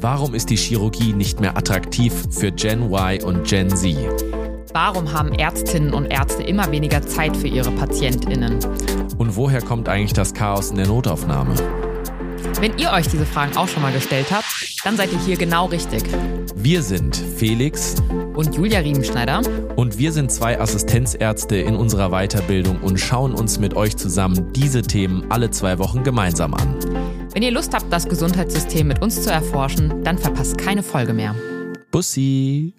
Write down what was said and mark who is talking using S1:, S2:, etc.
S1: Warum ist die Chirurgie nicht mehr attraktiv für Gen Y und Gen Z?
S2: Warum haben Ärztinnen und Ärzte immer weniger Zeit für ihre Patientinnen?
S1: Und woher kommt eigentlich das Chaos in der Notaufnahme?
S2: Wenn ihr euch diese Fragen auch schon mal gestellt habt, dann seid ihr hier genau richtig.
S1: Wir sind Felix
S2: Und Julia Riemenschneider,
S1: und wir sind zwei Assistenzärzte in unserer Weiterbildung und schauen uns mit euch zusammen diese Themen alle zwei Wochen gemeinsam an.
S2: wenn ihr Lust habt, das Gesundheitssystem mit uns zu erforschen, dann verpasst keine Folge mehr.
S1: Bussi!